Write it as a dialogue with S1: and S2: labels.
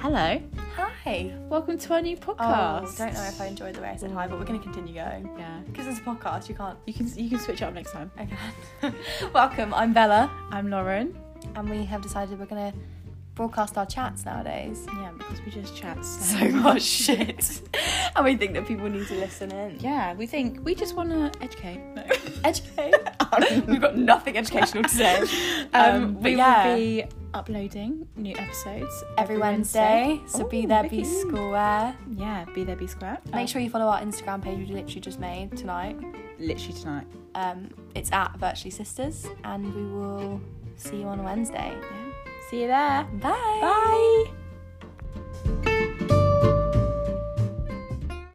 S1: Hello,
S2: Hi.
S1: welcome to our new
S2: Oh,
S1: podcast.
S2: don't know if I enjoyed the way I said hi, but we're going to continue going.
S1: Yeah,
S2: Because it's a podcast, you can't.
S1: you can you can switch it up next time.
S2: I can. Welcome, I'm Bella,
S1: I'm Lauren.
S2: and we have decided we're going to broadcast our chats nowadays.
S1: Yeah, because we just chat
S2: So much shit. and we think that people need to listen in.
S1: Yeah, we think we just want to educate. No.
S2: Educate. We've got nothing educational to say.
S1: Um,
S2: Um, but
S1: we
S2: yeah.
S1: will be uploading new episodes
S2: Every Wednesday, so be
S1: Ooh,
S2: there, be
S1: woohoo.
S2: square.
S1: Yeah, be there, be square. Um,
S2: Make sure you follow our Instagram page we literally just made tonight.
S1: literally tonight.
S2: Um, it's at Virtually Sisters, and we will see you on Wednesday.
S1: Yeah. See you there.
S2: Bye.
S1: Bye.